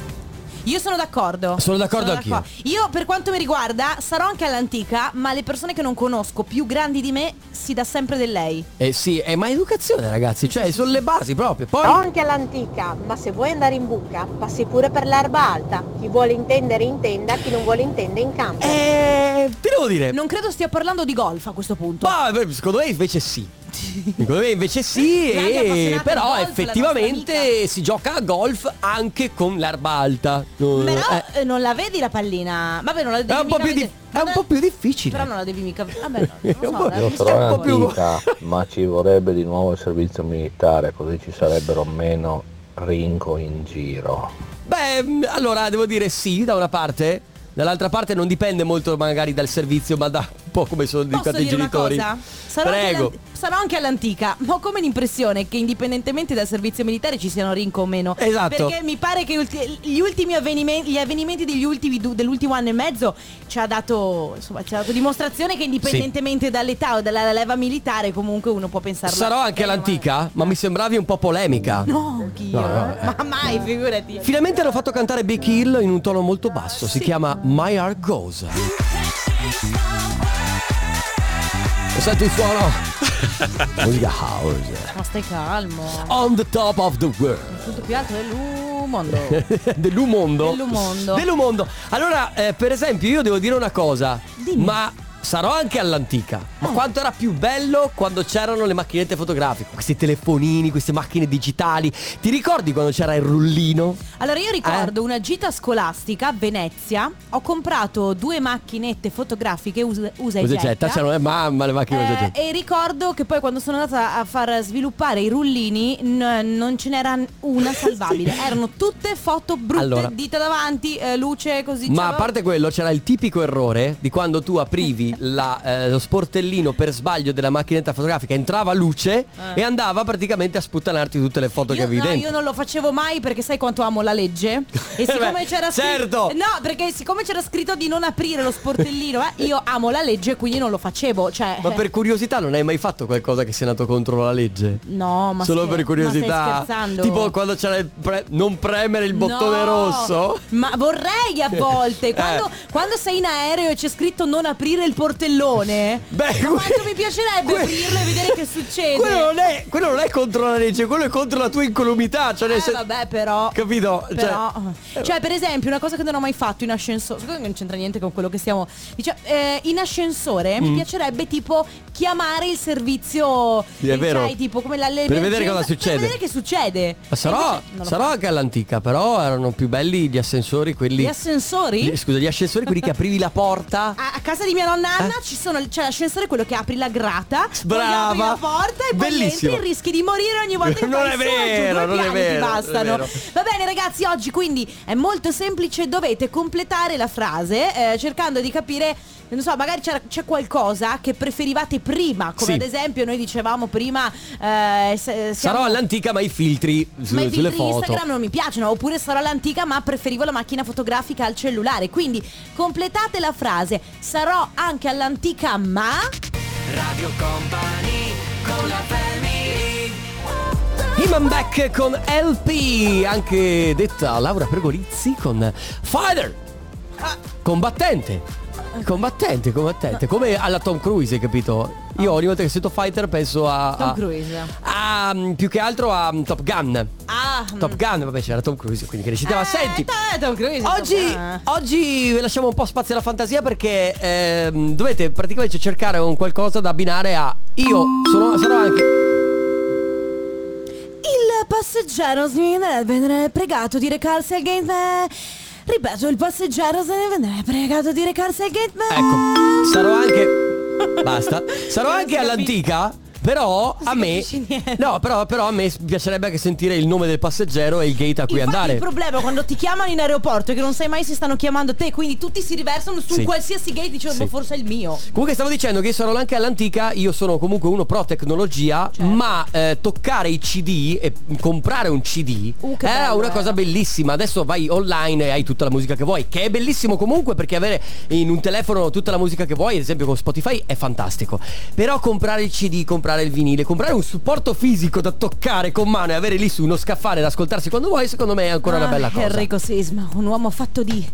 Speaker 1: Io sono d'accordo.
Speaker 2: Sono d'accordo anch'io.
Speaker 1: Io per quanto mi riguarda sarò anche all'antica, ma le persone che non conosco, più grandi di me, si dà sempre del lei.
Speaker 2: Eh sì, eh, ma educazione ragazzi, cioè sono le basi proprio. Poi
Speaker 12: Ho anche all'antica, ma se vuoi andare in buca, passi pure per l'erba alta. Chi vuole intendere intenda, chi non vuole intende in campo.
Speaker 2: Eh, ti devo dire.
Speaker 1: Non credo stia parlando di golf a questo punto.
Speaker 2: Ma beh, secondo me invece sì. Secondo me invece sì,
Speaker 1: Grande appassionata
Speaker 2: e,
Speaker 1: di
Speaker 2: però
Speaker 1: golf, la nostra
Speaker 2: effettivamente si gioca a golf anche con l'erba alta. Eh,
Speaker 1: Però
Speaker 2: eh,
Speaker 1: eh, non la vedi la pallina. Vabbè, non la devi
Speaker 2: è, un po
Speaker 1: mica
Speaker 2: più di-
Speaker 1: vedere.
Speaker 2: è un po' più difficile.
Speaker 1: Però non la devi mica. Vabbè, no,
Speaker 2: È
Speaker 1: non
Speaker 2: un
Speaker 1: lo
Speaker 2: po'-
Speaker 1: so, dai. diciamo
Speaker 13: Io
Speaker 2: È
Speaker 13: sarò
Speaker 2: un po' più-
Speaker 13: antica, ma ci vorrebbe di nuovo il servizio militare, così ci sarebbero meno rinco in giro.
Speaker 2: Beh, mh, allora devo dire sì da una parte, dall'altra parte non dipende molto magari dal servizio, ma da un po' come sono
Speaker 1: Posso
Speaker 2: educati i
Speaker 1: dire una
Speaker 2: genitori.
Speaker 1: cosa? Sarò anche,
Speaker 2: Prego.
Speaker 1: all'an- sarò anche all'antica, ma ho come l'impressione che indipendentemente dal servizio militare ci siano rinco o meno.
Speaker 2: Esatto.
Speaker 1: Perché mi pare che ulti- gli ultimi avvenimenti, gli avvenimenti degli ultimi du- dell'ultimo anno e mezzo ci ha dato, insomma, ci ha dato dimostrazione che indipendentemente dall'età o dalla leva militare comunque uno può pensarlo.
Speaker 2: Sarò anche
Speaker 1: Eh, ma-
Speaker 2: all'antica, ma mi sembravi un po' polemica.
Speaker 1: No, chi?
Speaker 2: No, no, eh.
Speaker 1: Ma mai, figurati.
Speaker 2: Finalmente hanno fatto cantare Big Hill in un tono molto basso, si chiama My Heart Goes. Senti il suono. Musica house.
Speaker 1: Ma stai calmo.
Speaker 2: On the top of the world.
Speaker 1: Tutto più alto dell'umondo.
Speaker 2: Dell'umondo.
Speaker 1: Dell'umondo.
Speaker 2: Dell'umondo. Allora, eh, per esempio, io devo dire una cosa. Ma sarò anche all'antica.
Speaker 1: Ah.
Speaker 2: Ma quanto era più bello quando c'erano le macchinette fotografiche, questi telefonini, queste macchine digitali. Ti ricordi quando c'era il rullino?
Speaker 1: Allora io
Speaker 2: Eh.
Speaker 1: ricordo una gita scolastica a Venezia, ho comprato due macchinette fotografiche us- usa e
Speaker 2: Cos'è
Speaker 1: getta.
Speaker 2: getta? C'erano le mamma, le macchine cioè. usa e
Speaker 1: Eh,
Speaker 2: getta.
Speaker 1: e ricordo che poi quando sono andata a far sviluppare i rullini n- non ce n'era una salvabile, erano tutte foto brutte,
Speaker 2: Allora.
Speaker 1: dita davanti, eh, luce così.
Speaker 2: Ma
Speaker 1: ciao.
Speaker 2: a parte quello c'era il tipico errore di quando tu aprivi la, eh, lo sportellino per sbaglio della macchinetta fotografica, entrava luce
Speaker 1: Eh.
Speaker 2: e andava praticamente a sputtanarti tutte le foto che
Speaker 1: Io,
Speaker 2: avevi
Speaker 1: no,
Speaker 2: dentro.
Speaker 1: io non lo facevo mai perché sai quanto amo la legge. E siccome
Speaker 2: Beh,
Speaker 1: c'era scritto.
Speaker 2: certo.
Speaker 1: No, perché siccome c'era scritto di non aprire lo sportellino, eh, io amo la legge, quindi non lo facevo. Cioè,
Speaker 2: Ma per curiosità non hai mai fatto qualcosa che sia nato contro la legge?
Speaker 1: No, ma
Speaker 2: Solo
Speaker 1: scher-
Speaker 2: per
Speaker 1: ma
Speaker 2: curiosità.
Speaker 1: stai scherzando?
Speaker 2: Tipo quando c'era il pre- non premere il bottone
Speaker 1: No,
Speaker 2: rosso.
Speaker 1: Ma vorrei a volte.
Speaker 2: Eh.
Speaker 1: Quando, quando sei in aereo e c'è scritto non aprire il portellone.
Speaker 2: Beh,
Speaker 1: ma quanto mi piacerebbe aprirlo e vedere che succede. Eh,
Speaker 2: Quello non, è, quello non è contro la legge, quello è contro la tua incolumità. Cioè nel
Speaker 1: Eh,
Speaker 2: sen-
Speaker 1: vabbè però
Speaker 2: Capito? Cioè-
Speaker 1: Però Cioè, per esempio Una cosa che non ho mai fatto in ascensore Secondo me non c'entra niente con quello che stiamo diciamo, eh, In ascensore Mi
Speaker 2: Mm.
Speaker 1: piacerebbe tipo Chiamare il servizio
Speaker 2: Sì, è vero.
Speaker 1: sai, tipo, come la,
Speaker 2: Per vedere
Speaker 1: l'emergenza-
Speaker 2: cosa succede.
Speaker 1: Per vedere che succede
Speaker 2: Ma sarò,
Speaker 1: Invece non lo
Speaker 2: sarò
Speaker 1: faccio.
Speaker 2: anche all'antica, però erano più belli gli ascensori quelli.
Speaker 1: Gli Ah, ascensori?
Speaker 2: Gli- scusa, gli ascensori quelli che aprivi la porta.
Speaker 1: a, a casa di mia nonna Anna
Speaker 2: Eh?
Speaker 1: ci sono, c'è l'ascensore quello che apri la grata, poi
Speaker 2: Brava.
Speaker 1: apri la porta e poi
Speaker 2: Bellissimo.
Speaker 1: entri e rischi di morire ogni volta che
Speaker 2: Non
Speaker 1: fai
Speaker 2: è
Speaker 1: su e giù,
Speaker 2: vero,
Speaker 1: due
Speaker 2: non
Speaker 1: piani
Speaker 2: è
Speaker 1: ti
Speaker 2: vero, non è
Speaker 1: bastano.
Speaker 2: vero.
Speaker 1: Va bene ragazzi, oggi quindi è molto semplice, dovete completare la frase eh, cercando di capire non so, magari c'era- c'è qualcosa che preferivate prima, come
Speaker 2: Sì.
Speaker 1: ad esempio noi dicevamo prima... eh, se- siamo-
Speaker 2: Sarò all'antica ma i filtri su-
Speaker 1: ma i
Speaker 2: sulle
Speaker 1: filtri
Speaker 2: foto.
Speaker 1: Instagram non mi piacciono, oppure sarò l'antica ma preferivo la macchina fotografica al cellulare. Quindi completate la frase, sarò anche all'antica ma...
Speaker 4: Radio Company con la family
Speaker 2: Human Back con LP, anche detta Laura Pergolizzi con Father. Combattente. Combattente, combattente. Come alla Tom Cruise, hai capito? Io ogni volta che sento fighter penso a...
Speaker 1: Tom
Speaker 2: a-
Speaker 1: Cruise.
Speaker 2: a, mm, più che altro a mm, Top Gun.
Speaker 1: Ah,
Speaker 2: Top Gun, vabbè c'era Tom Cruise, quindi che ne citava. Senti,
Speaker 1: eh, Tom Cruise.
Speaker 2: Oggi,
Speaker 1: Ah.
Speaker 2: oggi vi lasciamo un po' spazio alla fantasia perché ehm, dovete praticamente cercare un qualcosa da abbinare a io sono, sarò anche...
Speaker 1: Il passeggero si vendrebbe pregato di recarsi al gate. eh, Ripeto, il passeggero se ne vendrebbe pregato di recarsi al gate. eh.
Speaker 2: Ecco, sarò anche... Basta. Sarò anche all'antica. Però a me No, però, però a me piacerebbe anche sentire il nome del passeggero e il gate a cui
Speaker 1: Infatti
Speaker 2: andare.
Speaker 1: Il problema quando ti chiamano in aeroporto è che non sai mai se stanno chiamando te, quindi tutti si riversano su
Speaker 2: Sì.
Speaker 1: qualsiasi gate dicendo
Speaker 2: Sì.
Speaker 1: "Boh, forse è il mio.
Speaker 2: Comunque stavo dicendo che sono anche all'antica, io sono comunque uno pro tecnologia,
Speaker 1: Certo.
Speaker 2: ma eh, toccare i CD e comprare un CD
Speaker 1: che
Speaker 2: era
Speaker 1: bello,
Speaker 2: una
Speaker 1: eh.
Speaker 2: cosa bellissima. Adesso vai online e hai tutta la musica che vuoi, che è bellissimo comunque perché avere in un telefono tutta la musica che vuoi, ad esempio con Spotify, è fantastico. Però comprare il CD, comprare il vinile, comprare un supporto fisico da toccare con mano e avere lì su uno scaffale da ascoltarsi quando vuoi, secondo me è ancora una
Speaker 1: Ah,
Speaker 2: bella cosa.
Speaker 1: Enrico Sisma, un uomo fatto di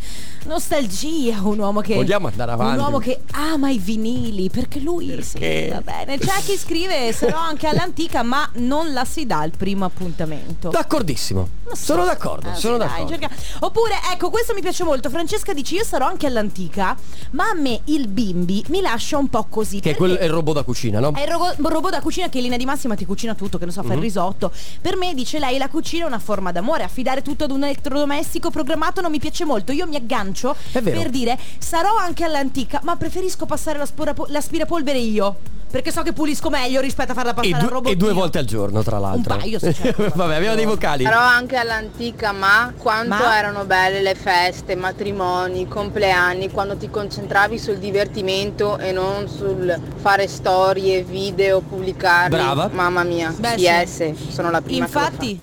Speaker 1: nostalgia, un uomo che
Speaker 2: Vogliamo andare avanti.
Speaker 1: Un uomo che ama i vinili, perché lui
Speaker 2: Perché?
Speaker 1: sì, va bene. C'è chi scrive sarò anche all'antica, ma non la si dà al primo appuntamento.
Speaker 2: D'accordissimo. Sono d'accordo,
Speaker 1: Ah,
Speaker 2: sono
Speaker 1: sì, dai,
Speaker 2: d'accordo.
Speaker 1: cerca- Oppure, ecco, questo mi piace molto. Francesca dice: Io sarò anche all'antica, ma a me il bimbi mi lascia un po' così.
Speaker 2: Che
Speaker 1: perché
Speaker 2: è, quel, è il robot da cucina, no?
Speaker 1: È il rogo- il robot da cucina che in linea di massima ti cucina tutto, che ne so, fa il
Speaker 2: Mhm.
Speaker 1: risotto. Per me, dice lei, la cucina è una forma d'amore. Affidare tutto ad un elettrodomestico programmato non mi piace molto. Io mi aggancio
Speaker 2: È vero.
Speaker 1: per dire sarò anche all'antica, ma preferisco passare la spora- l'aspirapolvere io. Perché so che pulisco meglio rispetto a farla
Speaker 2: E,
Speaker 1: passare
Speaker 2: due-
Speaker 1: al robot.
Speaker 2: e due volte al giorno, tra l'altro.
Speaker 1: Un paio, sì, certo.
Speaker 2: Vabbè, abbiamo dei vocali.
Speaker 11: Però anche all'antica, ma quanto
Speaker 1: Ma?
Speaker 11: erano belle le feste, matrimoni, compleanni, quando ti concentravi sul divertimento e non sul fare storie, video, pubblicarli.
Speaker 2: Brava.
Speaker 11: Mamma mia,
Speaker 1: Beh,
Speaker 11: PS, sono la prima che lo
Speaker 1: Infatti.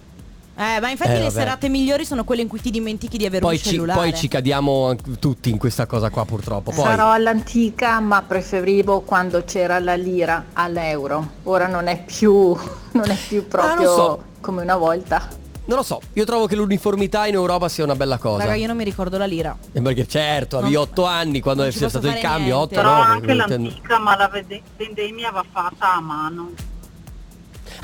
Speaker 1: Eh, ma infatti
Speaker 2: Eh,
Speaker 1: le
Speaker 2: vabbè.
Speaker 1: serate migliori sono quelle in cui ti dimentichi di avere
Speaker 2: Poi
Speaker 1: un
Speaker 2: ci,
Speaker 1: cellulare.
Speaker 2: poi ci cadiamo anche tutti in questa cosa qua, purtroppo. Poi.
Speaker 14: Sarò all'antica ma preferivo quando c'era la lira all'euro. Ora non è più, non è più
Speaker 15: Ah,
Speaker 14: proprio
Speaker 2: so.
Speaker 14: come una volta.
Speaker 2: Non lo so, io trovo che l'uniformità in Europa sia una bella cosa.
Speaker 1: Raga, io non mi ricordo la lira.
Speaker 2: Eh, Perché certo, avevi
Speaker 1: Non-
Speaker 2: 8 anni quando
Speaker 1: non
Speaker 2: è
Speaker 1: ci
Speaker 2: stato
Speaker 1: posso
Speaker 2: il
Speaker 1: fare
Speaker 2: cambio,
Speaker 1: niente.
Speaker 2: 8
Speaker 1: Però
Speaker 2: no.
Speaker 1: anche
Speaker 2: perché non
Speaker 1: l'antica-
Speaker 2: intendo-
Speaker 16: ma la vede- vendemmia va fatta a mano.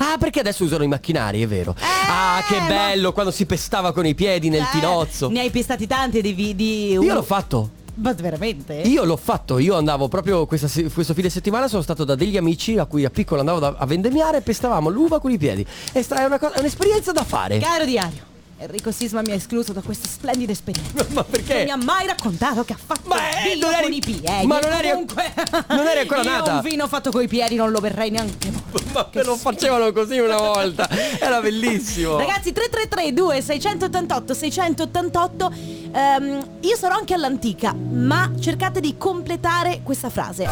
Speaker 2: Ah, perché adesso usano i macchinari, è vero.
Speaker 1: Eh,
Speaker 2: ah, che bello quando si pestava con i piedi nel tinozzo.
Speaker 1: Ne hai pestati tanti di... vi- di
Speaker 2: Io l'ho fatto.
Speaker 1: Ma veramente?
Speaker 2: Io l'ho fatto, io andavo proprio questa se- questo fine settimana sono stato da degli amici a cui a piccolo andavo da- a vendemmiare e pestavamo l'uva con i piedi. E sta- è, una cosa- è un'esperienza da fare.
Speaker 1: Caro diario, Enrico Sisma mi ha escluso da questa splendida esperienza.
Speaker 2: Ma
Speaker 1: Non
Speaker 2: perché?
Speaker 1: mi ha mai raccontato che ha fatto il vino
Speaker 2: Eh. non eri-
Speaker 1: con i piedi.
Speaker 2: ma non eri-
Speaker 1: Comunque,
Speaker 2: non eri ancora
Speaker 1: io
Speaker 2: nata.
Speaker 1: un vino fatto coi piedi non lo berrei neanche mai.
Speaker 2: Ma me lo facevano così una volta. Era bellissimo.
Speaker 1: Ragazzi 3332 688 688 Ehm, Io sarò anche all'antica Ma cercate di completare questa frase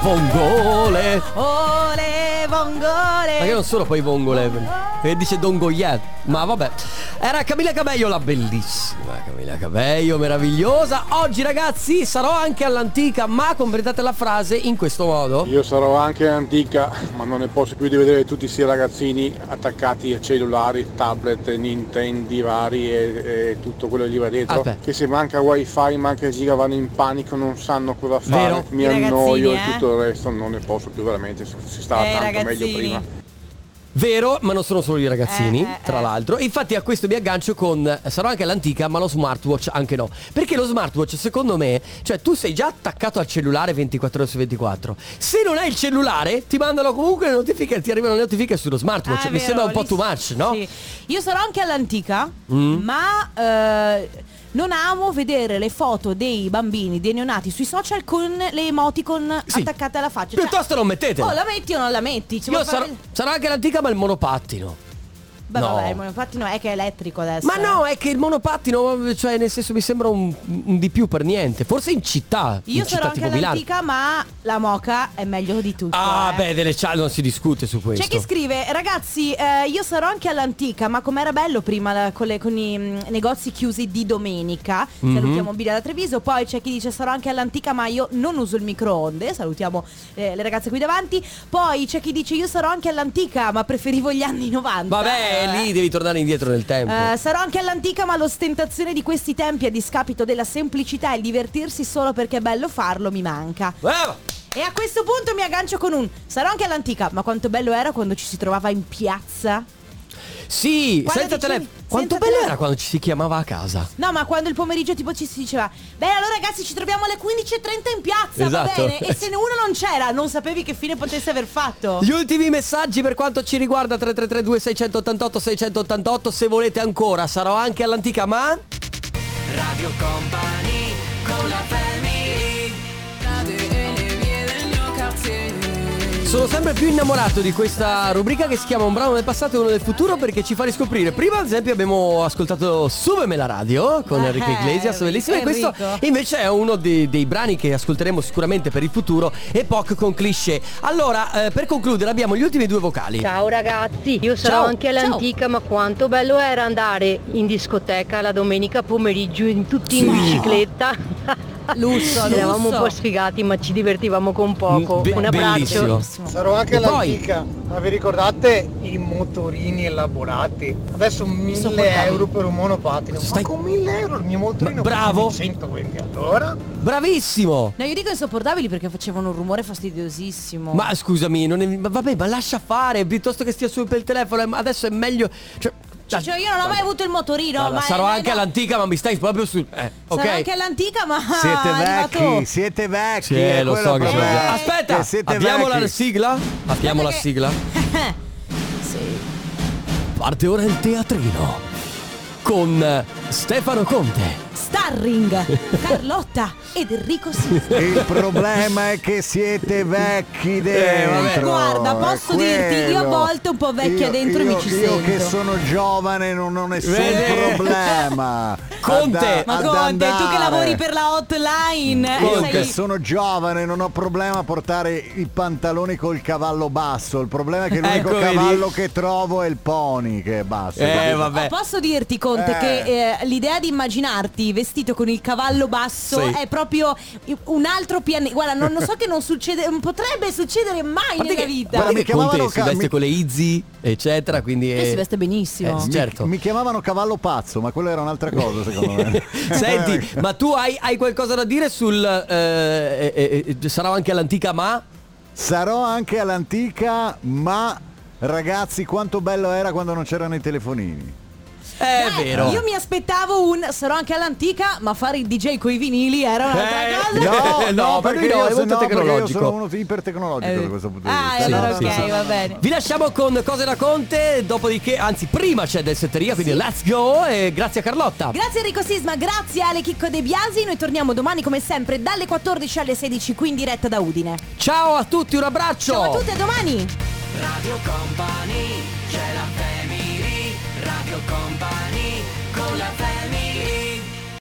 Speaker 2: Vongole.
Speaker 1: Ole vongole
Speaker 2: Ma che non sono poi vongole. Che dice Dongoyet. Ma vabbè. Era Camilla Cabello la bellissima. Camilla Cabello, meravigliosa. Oggi ragazzi sarò anche all'antica, ma completate la frase in questo modo.
Speaker 17: Io sarò anche antica, ma non ne posso più di vedere tutti questi ragazzini attaccati a cellulari, tablet, Nintendo vari e, e tutto quello che gli va dietro.
Speaker 2: Aspetta.
Speaker 17: Che se manca wifi, manca giga, vanno in panico, non sanno cosa fare.
Speaker 2: Vero.
Speaker 17: Mi
Speaker 2: I ragazzini,
Speaker 17: annoio e
Speaker 2: eh.
Speaker 17: tutto il resto, non ne posso più veramente, si stava
Speaker 2: Eh,
Speaker 17: tanto
Speaker 2: ragazzini.
Speaker 17: meglio prima.
Speaker 2: Vero, ma non sono solo i ragazzini,
Speaker 1: Eh,
Speaker 2: tra l'altro. Infatti a questo mi aggancio con eh, sarò anche all'antica, ma lo smartwatch anche no. Perché lo smartwatch, secondo me, cioè tu sei già attaccato al cellulare 24 ore su 24. Se non hai il cellulare, ti mandano comunque le notifiche, ti arrivano le notifiche sullo smartwatch.
Speaker 1: Ah, è
Speaker 2: mi
Speaker 1: vero,
Speaker 2: sembra un po'
Speaker 1: lì
Speaker 2: too much,
Speaker 1: sì.
Speaker 2: no?
Speaker 1: Io sarò anche all'antica
Speaker 2: Mm.
Speaker 1: Ma eh, non amo vedere le foto dei bambini, dei neonati sui social con le emoticon attaccate alla faccia Cioè,
Speaker 2: Piuttosto non mettete.
Speaker 1: o la metti o non la metti. Ci
Speaker 2: Io
Speaker 1: vuoi fare-
Speaker 2: sarò, sarò anche l'antica ma il monopattino.
Speaker 1: Beh,
Speaker 2: No.
Speaker 1: vabbè, il monopattino è che è elettrico adesso.
Speaker 2: Ma
Speaker 1: eh.
Speaker 2: no, è che il monopattino, cioè nel senso mi sembra un, un di più per niente. Forse in città.
Speaker 1: Io
Speaker 2: in città
Speaker 1: sarò anche
Speaker 2: tipo Milano.
Speaker 1: all'antica, ma la moca è meglio di tutto.
Speaker 2: Ah,
Speaker 1: eh.
Speaker 2: beh, delle città non si discute su questo.
Speaker 1: C'è chi scrive, ragazzi, eh, io sarò anche all'antica, ma com'era bello prima la- con, le- con i mm, negozi chiusi di domenica.
Speaker 2: Mhm.
Speaker 1: Salutiamo Bilia da Treviso. Poi c'è chi dice sarò anche all'antica, ma io non uso il microonde. Salutiamo eh, le ragazze qui davanti. Poi c'è chi dice io sarò anche all'antica, ma preferivo gli anni 90.
Speaker 2: Vabbè,
Speaker 1: Eh.
Speaker 2: lì devi tornare indietro nel tempo.
Speaker 1: Eh, sarò anche all'antica, ma l'ostentazione di questi tempi a discapito della semplicità e il divertirsi solo perché è bello farlo mi manca.
Speaker 2: Brava!
Speaker 1: E a questo punto mi aggancio con un sarò anche all'antica, ma quanto bello era quando ci si trovava in piazza.
Speaker 2: Sì,
Speaker 1: Quando
Speaker 2: senza
Speaker 1: dicevi-
Speaker 2: telefono. Quanto
Speaker 1: senza
Speaker 2: bello
Speaker 1: tele-
Speaker 2: era quando ci si chiamava a casa.
Speaker 1: No, ma quando il pomeriggio tipo ci si diceva Beh allora ragazzi ci troviamo alle 15.30 in piazza,
Speaker 2: Esatto.
Speaker 1: va bene? E se ne uno non c'era, non sapevi che fine potesse aver fatto.
Speaker 2: Gli ultimi messaggi per quanto ci riguarda 3332 688 688 se volete ancora sarò anche all'antica ma
Speaker 4: Radio Company con la family.
Speaker 2: sono sempre più innamorato di questa rubrica che si chiama un brano del passato e uno del futuro perché ci fa riscoprire. Prima ad esempio abbiamo ascoltato Subeme la radio con
Speaker 18: Eh,
Speaker 2: Enrico Iglesias, bellissimo e questo
Speaker 18: Enrico.
Speaker 2: invece è uno dei, dei brani che ascolteremo sicuramente per il futuro e POC con cliché. Allora, eh, per concludere abbiamo gli ultimi due vocali.
Speaker 15: Ciao ragazzi, io sarò
Speaker 2: Ciao.
Speaker 15: anche all'antica, ma quanto bello era andare in discoteca la domenica pomeriggio in tutti in bicicletta.
Speaker 1: Lusso,
Speaker 15: Eravamo un
Speaker 1: lusso.
Speaker 15: po' sfigati, ma ci divertivamo con poco.
Speaker 2: Be-
Speaker 15: un abbraccio.
Speaker 2: bellissimo.
Speaker 19: Sarò anche
Speaker 2: E poi-
Speaker 19: all'antica, ma vi ricordate i motorini elaborati? Adesso 1000
Speaker 2: Insopportabili.
Speaker 19: euro per un monopattino.
Speaker 2: Stai-
Speaker 19: Ma con 1000 euro il mio motorino
Speaker 2: Bravo.
Speaker 19: costa 120 allora?
Speaker 2: Bravissimo!
Speaker 1: No, io dico insopportabili perché facevano un rumore fastidiosissimo.
Speaker 2: Ma scusami, non è- ma vabbè, ma lascia fare, piuttosto che stia sul pel telefono, ma adesso è meglio. Cioè,
Speaker 1: Cioè, io non ho mai avuto il motorino,
Speaker 2: Guarda,
Speaker 1: ma
Speaker 2: sarò
Speaker 1: eh,
Speaker 2: anche
Speaker 1: no,
Speaker 2: all'antica, ma mi stai proprio sul. Eh, ok.
Speaker 1: sarò anche all'antica, ma
Speaker 20: Siete
Speaker 1: Ah, è arrivato-
Speaker 20: vecchi, siete vecchi.
Speaker 2: Sì, eh,
Speaker 20: è
Speaker 2: lo
Speaker 20: quello
Speaker 2: so
Speaker 20: il
Speaker 2: che
Speaker 20: problema.
Speaker 2: sbagliamo.
Speaker 20: Eh,
Speaker 2: Aspetta,
Speaker 20: siete
Speaker 2: abbiamo la
Speaker 20: vecchi.
Speaker 2: sigla? Abbiamo la sigla. Parte ora il teatrino con eh, Stefano Conte.
Speaker 1: Starring, Carlotta ed Enrico Sisma.
Speaker 20: Il problema è che siete
Speaker 2: Eh,
Speaker 20: vecchi dentro.
Speaker 1: Guarda, posso
Speaker 20: è
Speaker 1: dirti, io a
Speaker 20: quello.
Speaker 1: volte un po' vecchia
Speaker 20: Io-
Speaker 1: dentro
Speaker 20: io-
Speaker 1: mi ci
Speaker 20: Io
Speaker 1: sento.
Speaker 20: che sono giovane non ho nessun
Speaker 1: Vedi?
Speaker 20: problema.
Speaker 1: Conte,
Speaker 20: Ad-
Speaker 1: ma
Speaker 20: ad
Speaker 1: Conte, tu che
Speaker 20: andare.
Speaker 1: lavori per la hotline, eh,
Speaker 20: Io
Speaker 1: sei
Speaker 20: che
Speaker 1: lì.
Speaker 20: sono giovane, non ho problema a portare i pantaloni col cavallo basso. Il problema è che l'unico
Speaker 2: Ecco, vedi?
Speaker 20: cavallo che trovo è il pony, che è basso.
Speaker 2: Eh,
Speaker 20: capito?
Speaker 2: vabbè.
Speaker 1: Posso dirti Conte
Speaker 20: Eh.
Speaker 1: che eh, l'idea di immaginarti vestito con il cavallo basso
Speaker 2: Sì.
Speaker 1: è proprio un altro pianeta. Guarda, non lo so che non succede, non potrebbe succedere mai
Speaker 2: Guarda
Speaker 1: nella
Speaker 2: che-
Speaker 1: vita.
Speaker 2: guarda che Conte
Speaker 20: chiamavano
Speaker 2: si
Speaker 20: ca-
Speaker 2: veste
Speaker 20: mi-
Speaker 2: con le Izzy, eccetera, quindi...
Speaker 1: Lui
Speaker 2: eh,
Speaker 1: si veste benissimo.
Speaker 2: eh,
Speaker 20: Mi-
Speaker 2: certo.
Speaker 20: Mi, chiamavano cavallo pazzo, ma quella era un'altra cosa, secondo me.
Speaker 2: Senti, ma tu hai, hai qualcosa da dire sul... eh, eh, eh, sarà anche all'antica ma...
Speaker 20: Sarò anche all'antica, ma ragazzi, quanto bello era quando non c'erano i telefonini.
Speaker 2: È
Speaker 1: Eh, Io mi aspettavo un sarò anche all'antica, ma fare il DJ coi vinili era un'altra
Speaker 2: Eh,
Speaker 1: cosa.
Speaker 20: No,
Speaker 2: Eh,
Speaker 20: no,
Speaker 2: no, per
Speaker 20: perché
Speaker 2: lui no,
Speaker 20: io,
Speaker 2: è molto
Speaker 20: se- no, perché io
Speaker 2: tecnologico.
Speaker 20: sono uno ipertecnologico da questo punto di
Speaker 1: Ah,
Speaker 20: vista.
Speaker 1: allora
Speaker 2: sì,
Speaker 1: ok,
Speaker 2: sì.
Speaker 1: va bene.
Speaker 2: Vi lasciamo con cose da Conte, dopodiché, anzi prima c'è del setteria, quindi let's go e grazie a Carlotta.
Speaker 1: Grazie Enrico Sisma, grazie Ale Chicco De Biasi. Noi torniamo domani come sempre dalle 14 alle 16 qui in diretta da Udine.
Speaker 2: Ciao a tutti, un abbraccio.
Speaker 1: Ciao a tutti, a domani!
Speaker 4: Radio Company, c'è la family. Radio Company con la family.